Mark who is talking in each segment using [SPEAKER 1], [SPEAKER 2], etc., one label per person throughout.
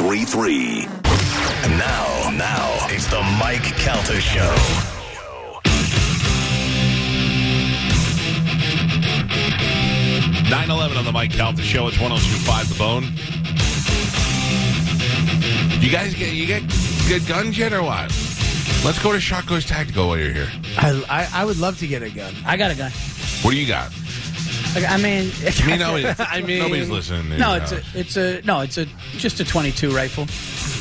[SPEAKER 1] 733. And now, now, it's the Mike Calta Show.
[SPEAKER 2] Nine eleven on the Mike Calta Show. It's 1025 The Bone. You guys get you get good guns yet or what? Let's go to Shotgo's Tactical while you're here.
[SPEAKER 3] I, I, I would love to get a gun.
[SPEAKER 4] I got a gun.
[SPEAKER 2] What do you got?
[SPEAKER 4] Like, I mean,
[SPEAKER 2] I mean, nobody,
[SPEAKER 4] I mean,
[SPEAKER 2] nobody's listening. to
[SPEAKER 4] No,
[SPEAKER 2] you
[SPEAKER 4] it's a,
[SPEAKER 2] guys.
[SPEAKER 4] it's a no, it's a just a 22 rifle.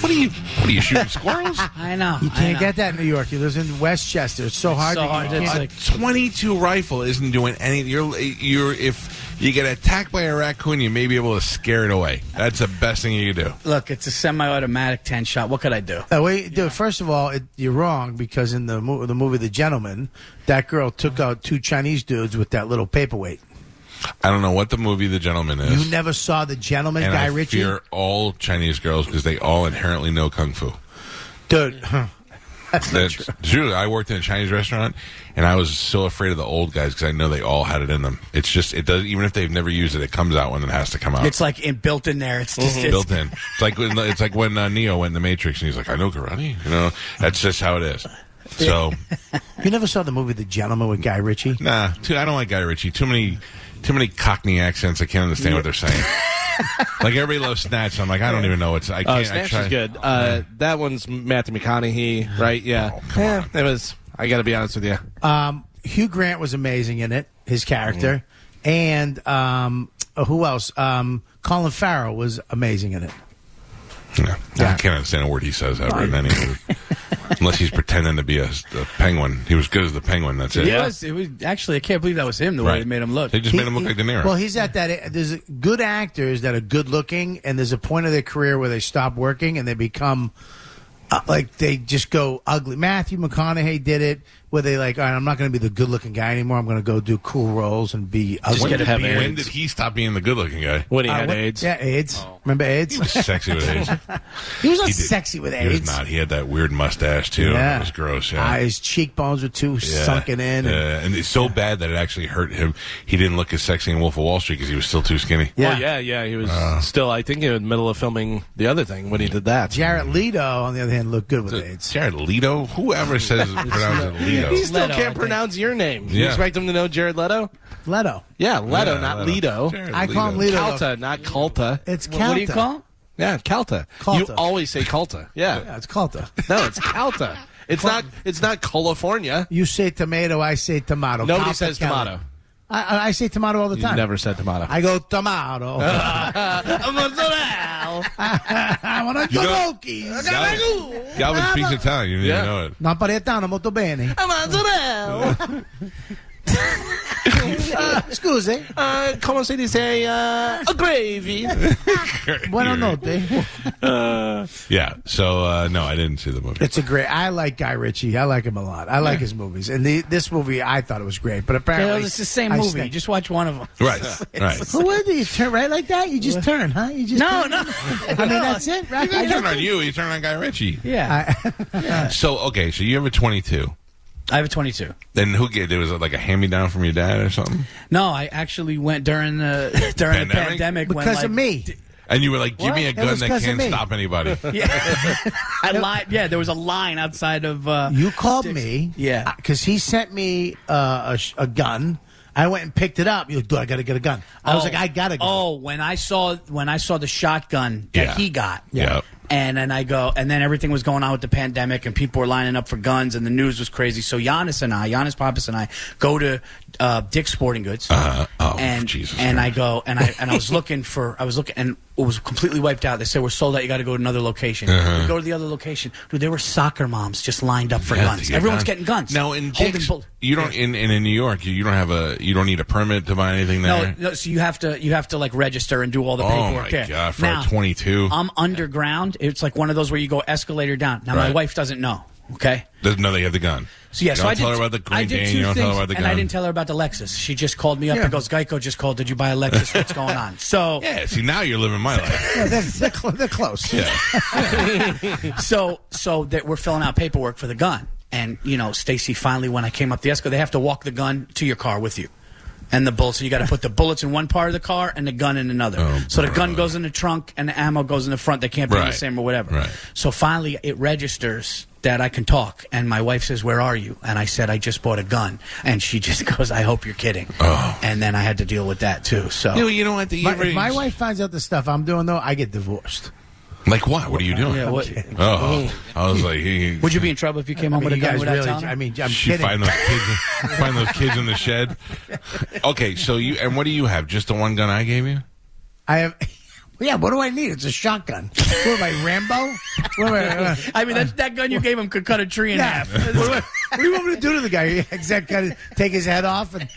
[SPEAKER 2] what are you? What are you shooting squirrels?
[SPEAKER 4] I know.
[SPEAKER 3] You can't get that in New York. You live in Westchester. It's so hard.
[SPEAKER 4] so
[SPEAKER 3] to,
[SPEAKER 4] hard.
[SPEAKER 3] you
[SPEAKER 4] It's
[SPEAKER 3] can't-
[SPEAKER 4] like
[SPEAKER 2] Twenty-two rifle isn't doing any. You're you're if you get attacked by a raccoon, you may be able to scare it away. That's the best thing you can do.
[SPEAKER 4] look, it's a semi-automatic 10 shot. What could I do?
[SPEAKER 3] Uh, wait, dude, first of all, it, you're wrong because in the mo- the movie The Gentleman, that girl took out two Chinese dudes with that little paperweight.
[SPEAKER 2] I don't know what the movie The Gentleman is.
[SPEAKER 3] You never saw The Gentleman,
[SPEAKER 2] and
[SPEAKER 3] Guy
[SPEAKER 2] I
[SPEAKER 3] Ritchie,
[SPEAKER 2] fear all Chinese girls because they all inherently know kung fu.
[SPEAKER 3] dude. huh. That's not
[SPEAKER 2] That's
[SPEAKER 3] true.
[SPEAKER 2] true. I worked in a Chinese restaurant, and I was so afraid of the old guys because I know they all had it in them. It's just it does even if they've never used it, it comes out when it has to come out.
[SPEAKER 4] It's like in, built in there. It's
[SPEAKER 3] Mhm.
[SPEAKER 4] just it's,
[SPEAKER 2] built in. It's like when, it's like when uh, Neo went in the Matrix, and he's like, "I know karate." You know, that's just how it is. So
[SPEAKER 3] You never saw the movie The Gentleman with Guy Ritchie.
[SPEAKER 2] nah, too, I don't like Guy Ritchie. Too many, too many Cockney accents. I can't understand what they're saying. like everybody loves Snatch. I'm like, I don't even know what's. I can't.
[SPEAKER 5] Oh,
[SPEAKER 2] I
[SPEAKER 5] Snatch
[SPEAKER 2] try-
[SPEAKER 5] is good. Uh, That one's Matthew McConaughey, right? Yeah.
[SPEAKER 2] Oh, come
[SPEAKER 5] Yeah, It was. I got to be honest with you.
[SPEAKER 3] Um, Hugh Grant was amazing in it, his character,
[SPEAKER 2] Mm-hmm.
[SPEAKER 3] and um, uh, who else? Um, Colin Farrell was amazing in it.
[SPEAKER 2] Yeah. I can't understand a word he says ever in any movie. Unless he's pretending to be a, a penguin. He was good as the penguin, that's it.
[SPEAKER 4] It was. It was actually. I can't believe that was him. The way
[SPEAKER 2] Right.
[SPEAKER 4] they made him look.
[SPEAKER 2] They just made him look like De Niro.
[SPEAKER 3] Well, he's at that. There's good actors that are good looking, and there's a point of their career where they stop working and they become uh, like they just go ugly. Matthew McConaughey did it, where they like, all right, I'm not going to be the good looking guy anymore. I'm going to go do cool roles and be ugly.
[SPEAKER 2] when,
[SPEAKER 5] get
[SPEAKER 2] did,
[SPEAKER 5] have
[SPEAKER 2] when
[SPEAKER 5] AIDS.
[SPEAKER 2] did he stop being the good looking guy?
[SPEAKER 5] When he
[SPEAKER 3] Uh,
[SPEAKER 5] had
[SPEAKER 3] what-
[SPEAKER 5] AIDS.
[SPEAKER 3] Yeah, AIDS. Remember AIDS?
[SPEAKER 2] He was sexy with AIDS.
[SPEAKER 3] He was not
[SPEAKER 2] He did-
[SPEAKER 3] sexy with
[SPEAKER 2] He
[SPEAKER 3] AIDS.
[SPEAKER 2] was not. He had that weird mustache, too.
[SPEAKER 3] Yeah.
[SPEAKER 2] It was gross, yeah.
[SPEAKER 3] Uh, his cheekbones were too
[SPEAKER 2] Yeah.
[SPEAKER 3] sunken in. and-
[SPEAKER 2] Yeah, and it's so bad that it actually hurt him. He didn't look as sexy in Wolf of Wall Street because he was still too skinny.
[SPEAKER 3] Yeah.
[SPEAKER 5] Well, yeah, yeah. He was still, I think, in the middle of filming the other thing when he did that.
[SPEAKER 3] Jared Leto, on the other hand, looked good with AIDS.
[SPEAKER 2] Jared Leto? Whoever says pronounce it Leto?
[SPEAKER 5] He still
[SPEAKER 4] Leto, I
[SPEAKER 5] can't
[SPEAKER 4] think.
[SPEAKER 5] pronounce your name. You
[SPEAKER 2] Yeah.
[SPEAKER 5] expect him to know Jared Leto?
[SPEAKER 3] Leto.
[SPEAKER 5] Yeah, Leto,
[SPEAKER 2] Yeah,
[SPEAKER 5] not
[SPEAKER 2] Leto.
[SPEAKER 5] Leto.
[SPEAKER 2] Jared
[SPEAKER 3] I call him Leto.
[SPEAKER 5] Calta, not Calta.
[SPEAKER 3] It's
[SPEAKER 4] What, what do you
[SPEAKER 3] Calta.
[SPEAKER 4] call? him?
[SPEAKER 5] Yeah, Calta. You
[SPEAKER 3] Calta.
[SPEAKER 5] always say Calta. Yeah.
[SPEAKER 3] Yeah, it's Calta.
[SPEAKER 5] No, it's Calta. It's not. It's not California.
[SPEAKER 3] You say tomato, I say tomato.
[SPEAKER 5] Nobody
[SPEAKER 3] Calta
[SPEAKER 5] says
[SPEAKER 3] Kelly.
[SPEAKER 5] tomato.
[SPEAKER 3] I- I, I say tomato all the
[SPEAKER 5] You
[SPEAKER 3] time.
[SPEAKER 5] never said tomato.
[SPEAKER 3] I go tomato.
[SPEAKER 5] I'm a tomato.
[SPEAKER 3] I want a
[SPEAKER 2] You know-
[SPEAKER 3] gnocchi.
[SPEAKER 2] Galvin, Galvin speaks Italian. You didn't
[SPEAKER 5] Yeah.
[SPEAKER 2] know it.
[SPEAKER 3] Non paretano molto bene.
[SPEAKER 5] I'm a tomato.
[SPEAKER 3] Scusi,
[SPEAKER 5] Uh, come si dice uh, a gravy?
[SPEAKER 3] buona
[SPEAKER 2] You're-
[SPEAKER 3] notte.
[SPEAKER 2] Yeah. So uh, no, I didn't see the movie.
[SPEAKER 3] It's a great. I like Guy Ritchie. I like him a lot. I like his movies. And the, this movie, I thought it was great. But
[SPEAKER 4] You know,
[SPEAKER 3] apparently,
[SPEAKER 4] it's the same
[SPEAKER 3] I
[SPEAKER 4] movie.
[SPEAKER 3] stink.
[SPEAKER 4] You just watch one of them.
[SPEAKER 2] right. right.
[SPEAKER 3] So what do you turn right like that? You just turn, huh? You just
[SPEAKER 4] No,
[SPEAKER 3] turn?
[SPEAKER 4] no.
[SPEAKER 3] I mean, that's it. Right?
[SPEAKER 2] He turned on you. He turned on Guy Ritchie.
[SPEAKER 4] Yeah,
[SPEAKER 2] So okay, so you have a 22.
[SPEAKER 4] I have a 22.
[SPEAKER 2] Then who gave it? Was it like a hand me down from your dad or something?
[SPEAKER 4] No, I actually went during the during
[SPEAKER 2] Pandemic?
[SPEAKER 4] the pandemic when,
[SPEAKER 3] because
[SPEAKER 4] like,
[SPEAKER 3] of me.
[SPEAKER 2] And you were like, give me a
[SPEAKER 3] What? It
[SPEAKER 2] gun
[SPEAKER 3] was
[SPEAKER 2] that
[SPEAKER 3] 'cause of
[SPEAKER 2] can't
[SPEAKER 3] me.
[SPEAKER 2] stop anybody.
[SPEAKER 4] Yeah, I lied. Yeah, there was a line outside of. Uh,
[SPEAKER 3] You called me.
[SPEAKER 4] Yeah.
[SPEAKER 3] Because he sent me uh, a, sh- a gun. I went and picked it up. You're like, dude, I got to get a gun. I was
[SPEAKER 4] Oh.
[SPEAKER 3] like, I got to go.
[SPEAKER 4] Oh, when I saw when I saw the shotgun that
[SPEAKER 2] Yeah.
[SPEAKER 4] he got.
[SPEAKER 2] Yeah.
[SPEAKER 4] And then I go, and then everything was going on with the pandemic, and people were lining up for guns, and the news was crazy. So Giannis and I, Giannis Pappas and I, go to uh, Dick's Sporting Goods,
[SPEAKER 2] Uh-huh. Oh,
[SPEAKER 4] and
[SPEAKER 2] Jesus
[SPEAKER 4] and I go, and I and I was looking for, I was looking, and it was completely wiped out. They said we're sold out. You got to go to another location.
[SPEAKER 2] Uh-huh.
[SPEAKER 4] We go to the other location, dude. There were soccer moms just lined up for
[SPEAKER 2] Yeah,
[SPEAKER 4] guns.
[SPEAKER 2] to get
[SPEAKER 4] Everyone's
[SPEAKER 2] guns.
[SPEAKER 4] getting guns.
[SPEAKER 2] Now in
[SPEAKER 4] Holding
[SPEAKER 2] Dick's,
[SPEAKER 4] bull-
[SPEAKER 2] you don't in, in in New York, you, you don't have a you don't need a permit to buy anything
[SPEAKER 4] No,
[SPEAKER 2] there.
[SPEAKER 4] no, so you have to you have to like register and do all the
[SPEAKER 2] Oh,
[SPEAKER 4] paperwork.
[SPEAKER 2] my
[SPEAKER 4] there.
[SPEAKER 2] God, for a
[SPEAKER 4] now, um,
[SPEAKER 2] 22.
[SPEAKER 4] I'm underground. It's like one of those where you go escalator down. Now my
[SPEAKER 2] Right.
[SPEAKER 4] wife doesn't know. Okay.
[SPEAKER 2] Doesn't know they have the gun.
[SPEAKER 4] So yeah,
[SPEAKER 2] you
[SPEAKER 4] so
[SPEAKER 2] don't
[SPEAKER 4] I
[SPEAKER 2] tell
[SPEAKER 4] did,
[SPEAKER 2] her about the Green
[SPEAKER 4] I did
[SPEAKER 2] Dane,
[SPEAKER 4] two
[SPEAKER 2] You don't
[SPEAKER 4] things,
[SPEAKER 2] tell her about the gun.
[SPEAKER 4] and I didn't tell her about the Lexus. She just called me up and goes, "Geico just called. Did you buy a Lexus? What's going on?" So
[SPEAKER 2] yeah, see now you're living my life.
[SPEAKER 3] Yeah, they're, they're, cl- they're close.
[SPEAKER 2] Yeah.
[SPEAKER 4] so so that we're filling out paperwork for the gun and you know stacy finally when i came up the escalator they have to walk the gun to your car with you and the bullet. So you got to put the bullets in one part of the car and the gun in another.
[SPEAKER 2] Oh,
[SPEAKER 4] so the gun
[SPEAKER 2] brother.
[SPEAKER 4] goes in the trunk and the ammo goes in the front. They can't be in the
[SPEAKER 2] Right.
[SPEAKER 4] same or whatever.
[SPEAKER 2] Right.
[SPEAKER 4] So finally, it registers that I can talk. And my wife says, "Where are you?" And I said, "I just bought a gun." And she just goes, "I hope you're kidding."
[SPEAKER 2] Oh.
[SPEAKER 4] And then I had to deal with that too. So
[SPEAKER 2] You know, you know what? The
[SPEAKER 3] My,
[SPEAKER 2] earrings-
[SPEAKER 3] if my wife finds out the stuff I'm doing, though, I get divorced.
[SPEAKER 2] Like what? What are you doing?
[SPEAKER 4] Yeah, what-
[SPEAKER 2] Oh, I was like, he,
[SPEAKER 4] would you be in trouble if you came
[SPEAKER 3] I
[SPEAKER 4] home
[SPEAKER 3] mean,
[SPEAKER 4] with a
[SPEAKER 3] you
[SPEAKER 4] gun
[SPEAKER 3] guys
[SPEAKER 4] without
[SPEAKER 3] really?
[SPEAKER 4] telling her?
[SPEAKER 3] I mean, I'm
[SPEAKER 2] she
[SPEAKER 3] kidding.
[SPEAKER 2] find those kids? find those kids in the shed. Okay, so you and what do you have? Just the one gun I gave you?
[SPEAKER 3] I have. Yeah, what do I need? It's a shotgun. What am I, Rambo? What am I?
[SPEAKER 4] I mean, that, that gun you gave him could cut a tree in
[SPEAKER 3] Yeah.
[SPEAKER 4] half.
[SPEAKER 3] what, do I- what do you want me to do to the guy? Exact kind of take his head off and.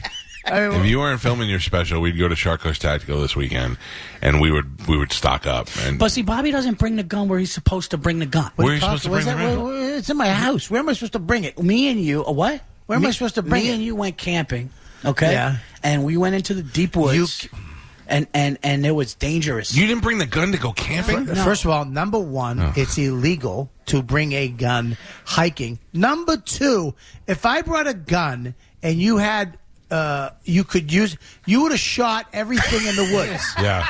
[SPEAKER 3] I mean,
[SPEAKER 2] If you weren't filming your special, we'd go to Shark Coast Tactical this weekend, and we would we would stock up. And
[SPEAKER 4] But see, Bobby doesn't bring the gun where he's supposed to bring the gun.
[SPEAKER 2] where are you
[SPEAKER 3] talk-
[SPEAKER 2] supposed to
[SPEAKER 3] was
[SPEAKER 2] bring
[SPEAKER 3] that-
[SPEAKER 2] them in?
[SPEAKER 3] where- where- It's in my house. Where am I supposed to bring it?
[SPEAKER 4] Me and you, uh, what?
[SPEAKER 3] Where am I
[SPEAKER 4] Me-
[SPEAKER 3] supposed to bring
[SPEAKER 4] Me
[SPEAKER 3] it?
[SPEAKER 4] and you went camping, okay?
[SPEAKER 3] Yeah.
[SPEAKER 4] And we went into the deep woods,
[SPEAKER 3] You-
[SPEAKER 4] and and and it was dangerous.
[SPEAKER 2] You didn't bring the gun to go camping.
[SPEAKER 4] No.
[SPEAKER 3] First of all, number one, it's illegal to bring a gun hiking. Number two, if I brought a gun and you had, uh, you could use, you would have shot everything in the woods.
[SPEAKER 2] Yeah,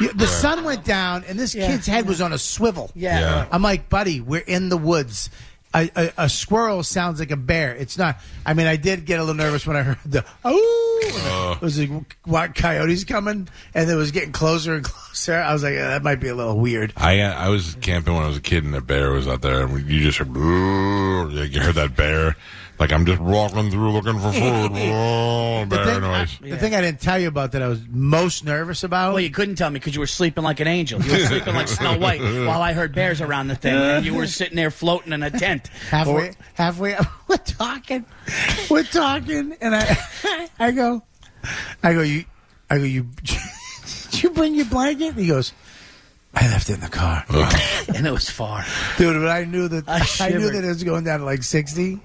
[SPEAKER 3] You- the sun went down and this
[SPEAKER 4] Yeah.
[SPEAKER 3] kid's head was on a swivel.
[SPEAKER 4] yeah.
[SPEAKER 2] Yeah.
[SPEAKER 3] I'm like, buddy, we're in the woods. A, a, a squirrel sounds like a bear. It's not. I mean, I did get a little nervous when I heard the oh, it was like what coyotes coming, and it was getting closer and closer. I was like, "Uh, that might be a little weird.
[SPEAKER 2] I uh, I was camping when I was a kid, and a bear was out there, and you just heard "Brrr," like you heard that bear. Like I'm just walking through looking for food. Brrr,
[SPEAKER 3] The,
[SPEAKER 2] bear
[SPEAKER 3] thing,
[SPEAKER 2] noise.
[SPEAKER 3] the thing I didn't tell you about that I was most nervous about.
[SPEAKER 4] Well, you couldn't tell me because you were sleeping like an angel. You were sleeping like Snow White while I heard bears around the thing, and you were sitting there floating in a tent.
[SPEAKER 3] halfway,
[SPEAKER 4] Or-
[SPEAKER 3] halfway, we're talking, we're talking, and I, I go, I go, you, I go, you, did you bring your blanket? And he goes, I left it in the car.
[SPEAKER 4] and it was far.
[SPEAKER 3] Dude, but I knew that
[SPEAKER 4] I
[SPEAKER 3] I, knew
[SPEAKER 4] shivered.
[SPEAKER 3] that it was going down to like sixty.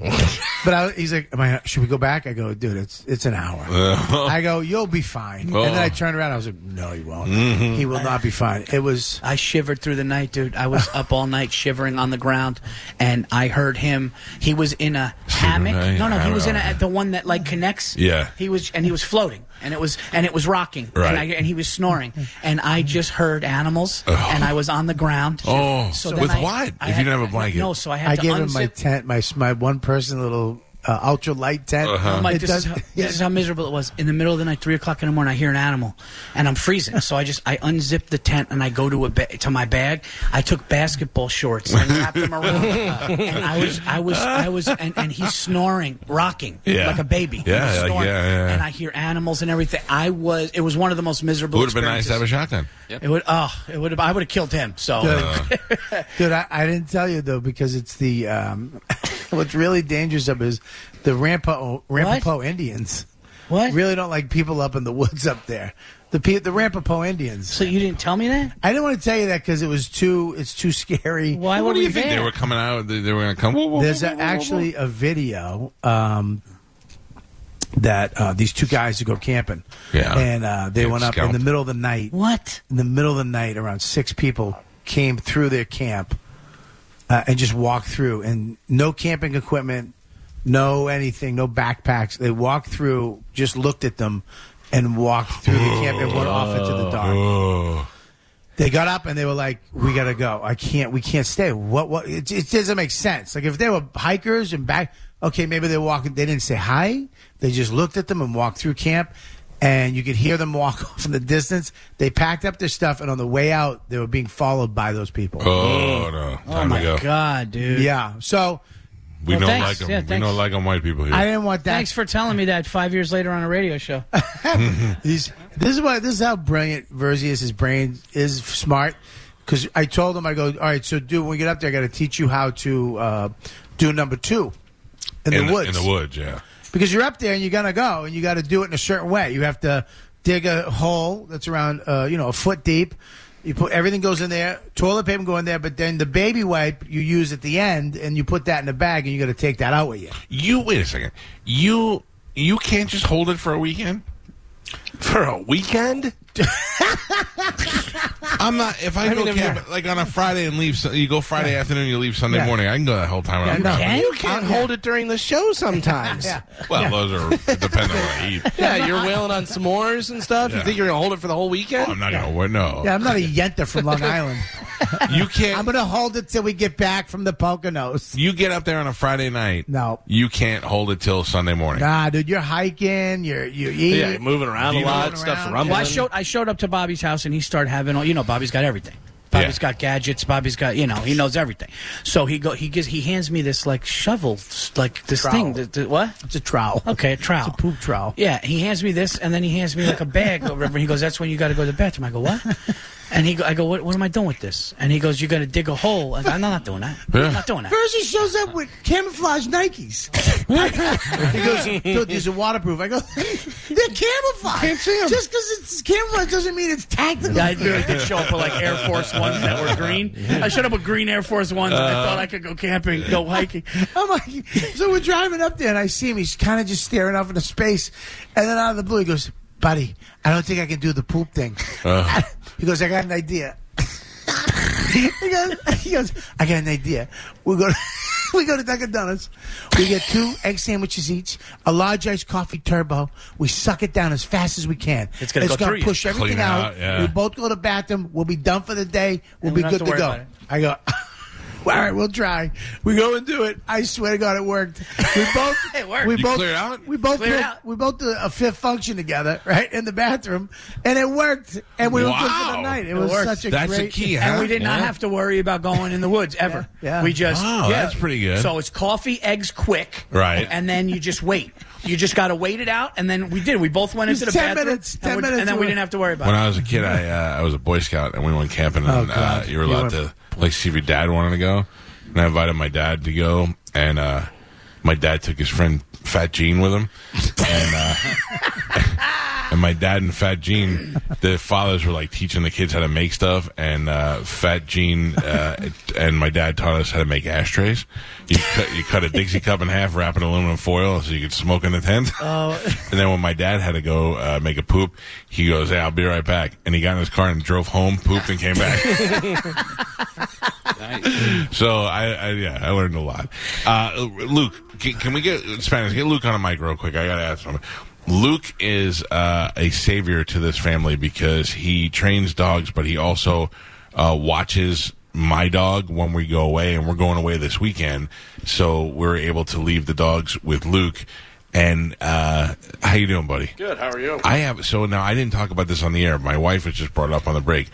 [SPEAKER 3] but I, he's like, "Am I? Should we go back?" I go, "Dude, it's it's an hour." I go, "You'll be fine." And then I
[SPEAKER 2] Oh.
[SPEAKER 3] turned around. I was like, "No, he won't. He will not be fine." It was
[SPEAKER 4] I shivered through the night, dude. I was up all night shivering on the ground, and I heard him. He was in a hammock.
[SPEAKER 2] Shivering,
[SPEAKER 4] No, no, he was in a,
[SPEAKER 2] hammock.
[SPEAKER 4] the one that like connects.
[SPEAKER 2] Yeah.
[SPEAKER 4] he was, and he was floating, and it was, and it was rocking,
[SPEAKER 2] Right.
[SPEAKER 4] And, I, and he was snoring, and I just heard animals, and I was on the ground.
[SPEAKER 2] Oh.
[SPEAKER 4] then
[SPEAKER 2] With
[SPEAKER 4] I-
[SPEAKER 2] what?
[SPEAKER 4] I
[SPEAKER 2] If you
[SPEAKER 4] had-
[SPEAKER 2] didn't have a blanket?
[SPEAKER 4] No, so I had
[SPEAKER 3] I
[SPEAKER 4] to
[SPEAKER 3] gave
[SPEAKER 4] unzip.
[SPEAKER 3] him my tent, my my one person little uh, ultra light tent.
[SPEAKER 4] I'm like,
[SPEAKER 3] It
[SPEAKER 4] this,
[SPEAKER 3] does-
[SPEAKER 4] is how,
[SPEAKER 3] yeah.
[SPEAKER 4] this is how miserable it was. In the middle of the night, three o'clock in the morning, I hear an animal, and I'm freezing. So I just I unzip the tent and I go to a ba- to my bag. I took basketball shorts and wrapped them around, and I was I was I was and, and he's snoring, rocking
[SPEAKER 2] Yeah.
[SPEAKER 4] like a baby. He
[SPEAKER 2] Yeah,
[SPEAKER 4] was
[SPEAKER 2] like,
[SPEAKER 4] snoring,
[SPEAKER 2] yeah, yeah, yeah.
[SPEAKER 4] And I hear animals and everything. I was it was one of the most
[SPEAKER 2] It
[SPEAKER 4] miserable.
[SPEAKER 2] would have been nice to have a shotgun.
[SPEAKER 4] It would oh it would have I would have killed him. So
[SPEAKER 3] Dude, dude I, I didn't tell you though because it's the um, what's really dangerous up is the Rampo Ramapo Indians.
[SPEAKER 4] what?
[SPEAKER 3] Really don't like people up in the woods up there. The pe- the Ramapo Indians.
[SPEAKER 4] So you didn't tell me that?
[SPEAKER 3] I didn't want to tell you that because it was too it's too scary.
[SPEAKER 4] Why
[SPEAKER 2] What
[SPEAKER 4] were
[SPEAKER 2] do
[SPEAKER 4] we
[SPEAKER 2] you think
[SPEAKER 4] there?
[SPEAKER 2] they were coming out? They, they were going to come. Whoa, whoa,
[SPEAKER 3] There's
[SPEAKER 2] whoa,
[SPEAKER 3] a,
[SPEAKER 2] whoa, whoa,
[SPEAKER 3] actually a video um, that uh, these two guys who go camping.
[SPEAKER 2] Yeah.
[SPEAKER 3] And uh, they
[SPEAKER 2] Get
[SPEAKER 3] went up
[SPEAKER 2] scalped.
[SPEAKER 3] in the middle of the night.
[SPEAKER 4] what?
[SPEAKER 3] in the middle of the night, around six people came through their camp uh, and just walked through, and no camping equipment, no anything, no backpacks. They walked through, just looked at them, and walked through the camp and went off into the dark.
[SPEAKER 2] whoa. Oh.
[SPEAKER 3] They got up and they were like, "We gotta go. I can't. We can't stay. What? What? It, it doesn't make sense. Like if they were hikers and back, okay, maybe they're walking. They didn't say hi. They just looked at them and walked through camp, and you could hear them walk off in the distance. They packed up their stuff, and on the way out, they were being followed by those people.
[SPEAKER 2] Oh no!
[SPEAKER 4] Oh
[SPEAKER 2] Time
[SPEAKER 4] my
[SPEAKER 2] to go.
[SPEAKER 4] god, dude.
[SPEAKER 3] Yeah. So
[SPEAKER 2] We
[SPEAKER 4] Well,
[SPEAKER 2] don't
[SPEAKER 4] thanks.
[SPEAKER 2] like them.
[SPEAKER 4] Yeah,
[SPEAKER 2] we
[SPEAKER 4] thanks.
[SPEAKER 2] don't like them white people here.
[SPEAKER 3] I didn't want that.
[SPEAKER 4] Thanks for telling me that five years later on a radio show.
[SPEAKER 2] Mm-hmm.
[SPEAKER 3] These, this is why this is how brilliant Verzius his brain is smart. Because I told him, I go, all right, so dude, when we get up there, I got to teach you how to uh, do number two in,
[SPEAKER 2] in
[SPEAKER 3] the woods.
[SPEAKER 2] In the woods, yeah.
[SPEAKER 3] because you're up there and you're gonna go and you got to do it in a certain way. You have to dig a hole that's around uh, you know a foot deep. You put everything goes in there, toilet paper go in there, but then the baby wipe you use at the end and you put that in a bag and you got to take that out with you.
[SPEAKER 2] You wait a second. You you can't just hold it for a weekend.
[SPEAKER 5] For a weekend?
[SPEAKER 2] I'm not. If I,
[SPEAKER 5] I
[SPEAKER 2] go
[SPEAKER 5] mean, if
[SPEAKER 2] camp,
[SPEAKER 5] you're-
[SPEAKER 2] like on a Friday and leave, so you go Friday afternoon, you leave Sunday morning. I can go that whole time. without
[SPEAKER 3] no.
[SPEAKER 2] a problem.
[SPEAKER 5] And you can't hold it during the show sometimes. yeah.
[SPEAKER 2] Well, those are it depends on what I eat.
[SPEAKER 5] you're wailing on s'mores and stuff. You
[SPEAKER 2] Yeah.
[SPEAKER 5] think you're gonna hold it for the whole weekend?
[SPEAKER 2] I'm not gonna wait. No,
[SPEAKER 3] Yeah, I'm not a yenta from Long Island.
[SPEAKER 2] you can't.
[SPEAKER 3] I'm gonna hold it till we get back from the Poconos.
[SPEAKER 2] you get up there on a Friday night.
[SPEAKER 3] No.
[SPEAKER 2] you can't hold it till Sunday morning.
[SPEAKER 3] Nah, dude, you're hiking. You're you're eating.
[SPEAKER 5] yeah, you're moving around a
[SPEAKER 2] Moving
[SPEAKER 5] lot,
[SPEAKER 3] around,
[SPEAKER 5] stuff's
[SPEAKER 3] yeah.
[SPEAKER 5] rumbling.
[SPEAKER 4] Well, I showed I showed up to Bobby's house and he started having all you know. Bobby's got everything. Bobby's
[SPEAKER 2] Yeah.
[SPEAKER 4] got gadgets. Bobby's got you know he knows everything. So he go he gives he hands me this like shovel s- like this
[SPEAKER 3] Trowel.
[SPEAKER 4] thing. th- th- what?
[SPEAKER 3] It's a trowel.
[SPEAKER 4] Okay, a trowel.
[SPEAKER 3] It's a poop trowel.
[SPEAKER 4] Yeah, he hands me this and then he hands me like a bag or whatever. He goes, "That's when you got to go to the bathroom." I go, "What?" And he go, I go, "What? What am I doing with this?" And he goes, "You got to dig a hole." I go, "I'm not doing that.
[SPEAKER 2] Yeah.
[SPEAKER 4] I'm not doing that."
[SPEAKER 3] First he shows up with camouflage Nikes. he goes, dude, these are waterproof. I go, they're camouflage. Just because it's camouflage doesn't mean it's tactical.
[SPEAKER 4] Yeah, I really did show up with like Air Force Ones that were green. I showed up with green Air Force Ones. and I
[SPEAKER 2] Uh,
[SPEAKER 4] thought I could go camping, go hiking.
[SPEAKER 3] I'm like, so we're driving up there, and I see him. He's kind of just staring off into space, and then out of the blue, he goes, "Buddy, I don't think I can do the poop thing."
[SPEAKER 2] Uh.
[SPEAKER 3] he goes, "I got an idea." he, goes, he goes, "I got an idea. We go, to, we go to Dunkin' Donuts. We get two egg sandwiches each, a large iced coffee turbo. We suck it down as fast as we can.
[SPEAKER 4] It's gonna
[SPEAKER 3] it's
[SPEAKER 4] go through
[SPEAKER 3] gonna
[SPEAKER 4] you.
[SPEAKER 3] push everything
[SPEAKER 2] Clean
[SPEAKER 3] out.
[SPEAKER 2] out, yeah.
[SPEAKER 3] We both go to the bathroom. We'll be done for the day. We'll
[SPEAKER 4] And we
[SPEAKER 3] be
[SPEAKER 4] don't have
[SPEAKER 3] good to,
[SPEAKER 4] to worry
[SPEAKER 3] go."
[SPEAKER 4] about it.
[SPEAKER 3] I go, all right, we'll try. We go and do it. I swear to God, it worked. We both,
[SPEAKER 4] It worked.
[SPEAKER 3] We
[SPEAKER 4] You
[SPEAKER 3] both
[SPEAKER 2] cleared out?
[SPEAKER 3] We both
[SPEAKER 4] Cleared
[SPEAKER 3] did-
[SPEAKER 4] out.
[SPEAKER 3] We both did a fifth function together, right in the bathroom, and it worked. And we were good for the
[SPEAKER 2] Wow.
[SPEAKER 3] night. It,
[SPEAKER 2] It
[SPEAKER 3] was
[SPEAKER 4] worked.
[SPEAKER 3] such a
[SPEAKER 2] That's
[SPEAKER 3] great.
[SPEAKER 2] a key, huh?
[SPEAKER 4] And we did not have to worry about going in the woods ever.
[SPEAKER 3] Yeah. Yeah.
[SPEAKER 4] We just
[SPEAKER 2] Wow,
[SPEAKER 4] yeah.
[SPEAKER 2] that's pretty good.
[SPEAKER 4] So it's coffee, eggs, quick,
[SPEAKER 2] Right.
[SPEAKER 4] And then you just wait. You just got to wait it out, and then we did. We both went
[SPEAKER 3] It was
[SPEAKER 4] into the
[SPEAKER 3] 10
[SPEAKER 4] bathroom,
[SPEAKER 3] minutes,
[SPEAKER 4] and
[SPEAKER 3] 10
[SPEAKER 4] we-
[SPEAKER 3] minutes
[SPEAKER 4] and then
[SPEAKER 3] to
[SPEAKER 4] we
[SPEAKER 3] it.
[SPEAKER 4] didn't have to worry about
[SPEAKER 2] When
[SPEAKER 4] it.
[SPEAKER 2] I was a kid, I uh, I was a Boy Scout, and we went camping,
[SPEAKER 5] Oh,
[SPEAKER 2] and uh,
[SPEAKER 3] God.
[SPEAKER 2] you were
[SPEAKER 3] You
[SPEAKER 2] allowed
[SPEAKER 3] were-
[SPEAKER 2] to like see if your dad wanted to go. And I invited my dad to go, and uh, my dad took his friend Fat Gene with him, and uh, and my dad and Fat Gene, the fathers were like teaching the kids how to make stuff, and uh, Fat Gene uh, and my dad taught us how to make ashtrays. You cut, you cut a Dixie cup in half, wrap it in aluminum foil, so you could smoke in the tent.
[SPEAKER 3] Oh.
[SPEAKER 2] And then when my dad had to go uh, make a poop, he goes, "Hey, I'll be right back." And he got in his car and drove home, pooped, and came back. So I, I yeah, I learned a lot. Uh, Luke, can, can we get Spanish? Get Luke on a mic real quick. I gotta ask him. Luke is uh, a savior to this family because he trains dogs, but he also uh, watches my dog when we go away, and we're going away this weekend, so we're able to leave the dogs with Luke. And uh, how you doing, buddy?
[SPEAKER 5] Good. How are you?
[SPEAKER 2] I have so now I didn't talk about this on the air. My wife was just brought it up on the break.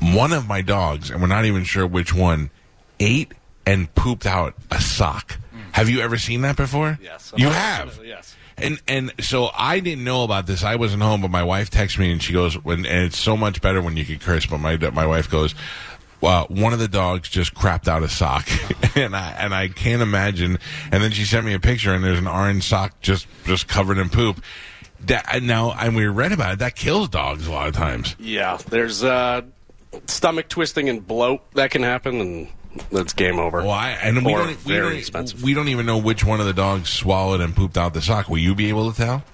[SPEAKER 2] One of my dogs, and we're not even sure which one, ate and pooped out a sock. Have you ever seen that before?
[SPEAKER 6] Mm. Yes. oh,
[SPEAKER 2] You have.
[SPEAKER 6] Yes.
[SPEAKER 2] And and so I didn't know about this. I wasn't home, but my wife texted me and she goes, when, and it's so much better when you can curse. But my my wife goes, uh, one of the dogs just crapped out a sock, and I and I can't imagine. And then she sent me a picture, and there's an orange sock just just covered in poop. That and now and we read about it. That kills dogs a lot of times.
[SPEAKER 6] Yeah. There's uh, stomach twisting and bloat that can happen, and that's game over.
[SPEAKER 2] Well, I, and we
[SPEAKER 6] Or
[SPEAKER 2] don't, e, we,
[SPEAKER 6] very
[SPEAKER 2] don't,
[SPEAKER 6] expensive.
[SPEAKER 2] we don't even know which one of the dogs swallowed and pooped out the sock. Will you be able to tell?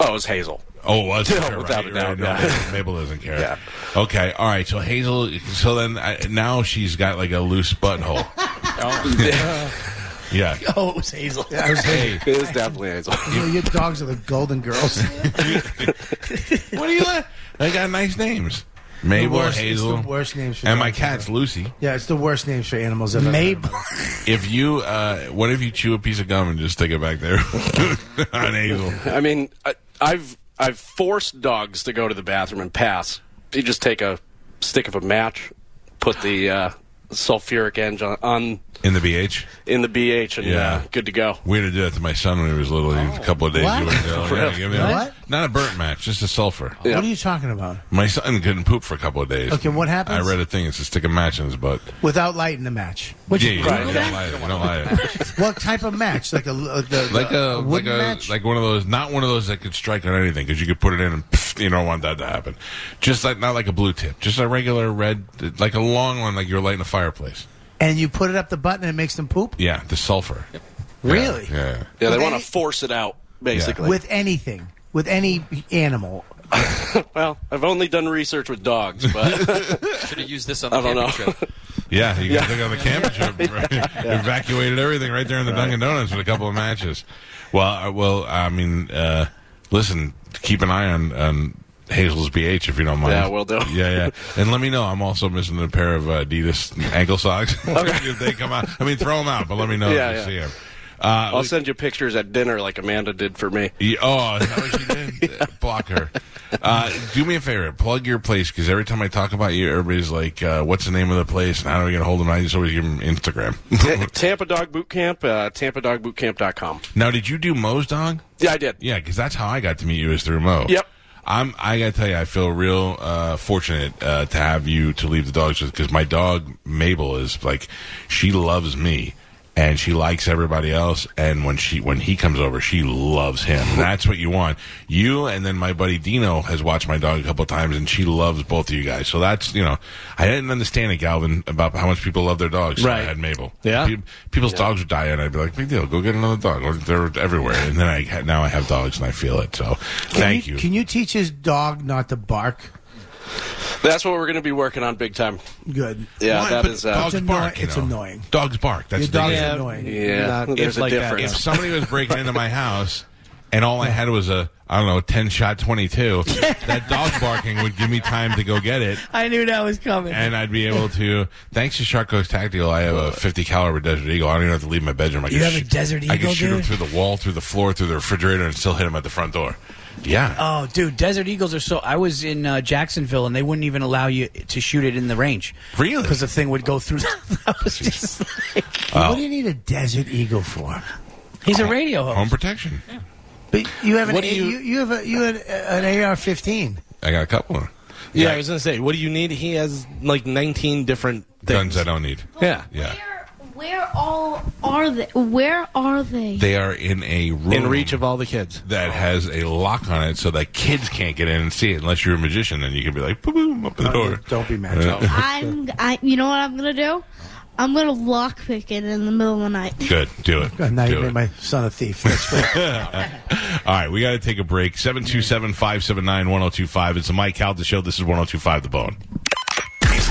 [SPEAKER 6] oh, it's Hazel.
[SPEAKER 2] Oh, well, that's
[SPEAKER 6] Yeah,
[SPEAKER 2] fair,
[SPEAKER 6] without
[SPEAKER 2] right,
[SPEAKER 6] a doubt,
[SPEAKER 2] right. No,
[SPEAKER 6] yeah.
[SPEAKER 2] Mabel- Mabel doesn't care.
[SPEAKER 6] Yeah.
[SPEAKER 2] Okay. All right. So Hazel. So then I, now she's got like a loose butthole. yeah.
[SPEAKER 4] Oh, it was Hazel.
[SPEAKER 2] Hey,
[SPEAKER 6] It is definitely Hazel.
[SPEAKER 3] You know, your dogs are the golden girls.
[SPEAKER 2] what are you? La- they got nice names. Mabel,
[SPEAKER 3] worst- it's
[SPEAKER 2] Hazel.
[SPEAKER 3] the worst names for
[SPEAKER 2] And my
[SPEAKER 3] dogs
[SPEAKER 2] cat's Lucy.
[SPEAKER 3] yeah, it's the worst names for animals ever.
[SPEAKER 4] Mabel.
[SPEAKER 2] If you, uh, what if you chew a piece of gum and just stick it back there on Hazel?
[SPEAKER 6] I mean, I, I've I've forced dogs to go to the bathroom and pass. You just take a stick of a match, put the uh, sulfuric engine on, on
[SPEAKER 2] In the BH?
[SPEAKER 6] in the BH, and
[SPEAKER 2] Yeah.
[SPEAKER 6] uh, good to go.
[SPEAKER 2] We had to do that to my son when he was little. He- A couple of days.
[SPEAKER 3] What?
[SPEAKER 2] He wouldn't go. Yeah, give him-
[SPEAKER 3] What?
[SPEAKER 2] Not a burnt match, just a sulfur.
[SPEAKER 3] What are you talking about?
[SPEAKER 2] My son couldn't poop for a couple of days.
[SPEAKER 3] Okay, what happens?
[SPEAKER 2] I read a thing. It's a stick of match in his butt.
[SPEAKER 3] Without lighting the match.
[SPEAKER 2] Which yeah, you
[SPEAKER 6] Right.
[SPEAKER 2] don't lie. You don't lie.
[SPEAKER 3] What type of match? Like a uh, the,
[SPEAKER 2] Like a like
[SPEAKER 3] wooden
[SPEAKER 2] a
[SPEAKER 3] match?
[SPEAKER 2] like one of those. Not one of those that could strike on anything because you could put it in and pfft, you don't want that to happen. Just like not like a blue tip, just a regular red, like a long one, like you're lighting a fireplace.
[SPEAKER 3] and you put it up the button and it makes them poop?
[SPEAKER 2] Yeah, the sulfur. Yeah,
[SPEAKER 3] Really?
[SPEAKER 2] Yeah.
[SPEAKER 6] Yeah, they
[SPEAKER 3] With
[SPEAKER 6] want
[SPEAKER 3] any-
[SPEAKER 6] to force it out, basically.
[SPEAKER 3] With anything. With any animal.
[SPEAKER 6] Well, I've only done research with dogs, but
[SPEAKER 7] Should have used this
[SPEAKER 5] Oh,
[SPEAKER 7] on the
[SPEAKER 6] I don't
[SPEAKER 7] camping
[SPEAKER 6] know.
[SPEAKER 7] trip.
[SPEAKER 2] Yeah, you guys took on the camping trip, right? evacuated everything right there in the Dunkin' Donuts with a couple of matches. Well, I- well, I mean, uh, listen, keep an eye on, on Hazel's BH if you don't mind.
[SPEAKER 6] Yeah, will do.
[SPEAKER 2] Yeah, yeah, and let me know. I'm also missing a pair of uh, Adidas ankle socks if they come out. I mean, throw them out, but let me know
[SPEAKER 6] Yeah,
[SPEAKER 2] if you
[SPEAKER 6] yeah.
[SPEAKER 2] see them. Uh,
[SPEAKER 6] I'll send you pictures at dinner like Amanda did for me.
[SPEAKER 2] Ye- Oh, is that what she did? Block her. Uh, do me a favor. Plug your place because every time I talk about you, everybody's like, uh, "What's the name of the place?" And how do we get a hold of them? I just always give them
[SPEAKER 6] Ta-
[SPEAKER 2] Instagram.
[SPEAKER 6] Tampa Dog Boot Camp, uh, tampadogbootcamp.com.
[SPEAKER 2] now, did you do Mo's Dog?
[SPEAKER 6] Yeah, I did.
[SPEAKER 2] Yeah, because that's how I got to meet you is through Mo.
[SPEAKER 6] Yep.
[SPEAKER 2] I'm. I gotta tell you, I feel real uh, fortunate uh, to have you to leave the dogs with because my dog Mabel is like, she loves me and she likes everybody else. And when she when he comes over, she loves him. And that's what you want. You and then my buddy Dino has watched my dog a couple times, and she loves both of you guys. So that's you know, I didn't understand it, Galvin, about how much people love their dogs. So I
[SPEAKER 5] Right.
[SPEAKER 2] had Mabel.
[SPEAKER 5] Yeah.
[SPEAKER 2] Pe- people's dogs would die, and I'd be like, big deal, go get another dog. Or they're everywhere, and then I ha- now I have dogs, and I feel it. So thank you.
[SPEAKER 3] Can you teach his dog not to bark?
[SPEAKER 6] That's what we're going to be working on big time.
[SPEAKER 3] Good.
[SPEAKER 6] Yeah,
[SPEAKER 2] Why?
[SPEAKER 6] that
[SPEAKER 2] But
[SPEAKER 6] is.
[SPEAKER 2] dogs
[SPEAKER 6] Uh,
[SPEAKER 3] It's
[SPEAKER 2] bark.
[SPEAKER 3] annoying-
[SPEAKER 2] you
[SPEAKER 3] it's
[SPEAKER 2] know.
[SPEAKER 3] annoying.
[SPEAKER 2] Dogs bark. That's
[SPEAKER 3] Your
[SPEAKER 2] the
[SPEAKER 3] dog
[SPEAKER 2] biggest-
[SPEAKER 3] is annoying.
[SPEAKER 6] yeah,
[SPEAKER 5] Not-
[SPEAKER 6] there's
[SPEAKER 5] it's
[SPEAKER 6] a
[SPEAKER 5] like that.
[SPEAKER 2] If
[SPEAKER 6] difference.
[SPEAKER 2] somebody was breaking into my house. And all I had was a I don't know ten shot twenty two. that dog barking would give me time to go get it,
[SPEAKER 4] I knew that was coming.
[SPEAKER 2] and I'd be able to. Thanks to Sharko's Tactical, I have a fifty caliber Desert Eagle. I don't even have to leave my bedroom. I
[SPEAKER 4] You
[SPEAKER 2] can
[SPEAKER 4] have a
[SPEAKER 2] shoot-
[SPEAKER 4] Desert
[SPEAKER 2] I can
[SPEAKER 4] Eagle,
[SPEAKER 2] shoot him
[SPEAKER 4] dude?
[SPEAKER 2] through the wall, through the floor, through the refrigerator, and still hit him at the front door. Yeah.
[SPEAKER 4] Oh, dude, Desert Eagles are so. I was in uh, Jacksonville, and they wouldn't even allow you to shoot it in the range.
[SPEAKER 2] Really?
[SPEAKER 4] Because the thing would go through. The, I was just like,
[SPEAKER 2] Oh.
[SPEAKER 3] What do you need a desert eagle for?
[SPEAKER 4] he's a radio host.
[SPEAKER 2] Home protection.
[SPEAKER 3] But you have an
[SPEAKER 5] What do
[SPEAKER 3] A- you,
[SPEAKER 5] you-
[SPEAKER 3] you, have a, you had a- an AR fifteen.
[SPEAKER 2] I got a couple of
[SPEAKER 5] Yeah, I was gonna say, what do you need? He has like 19 different things.
[SPEAKER 2] guns I don't need.
[SPEAKER 5] Yeah.
[SPEAKER 2] Yeah.
[SPEAKER 8] Where, where all are they? Where are they?
[SPEAKER 2] They are in a room
[SPEAKER 5] in reach of all the kids.
[SPEAKER 2] that has a lock on it so that kids can't get in and see it unless you're a magician. Then you can be like, boom, boom, open the door.
[SPEAKER 3] Oh,
[SPEAKER 2] Uh,
[SPEAKER 3] Don't be mad.
[SPEAKER 8] I'm. I. You know what I'm gonna do? I'm gonna lockpick it in the middle of the night.
[SPEAKER 2] Good. Do it.
[SPEAKER 3] God, now you
[SPEAKER 2] Do
[SPEAKER 3] made
[SPEAKER 2] it.
[SPEAKER 3] my son a thief. That's great.
[SPEAKER 2] All right, we got to take a break. 727 579 1025. It's the Mike Calda Show. This is 1025 The Bone.
[SPEAKER 1] It's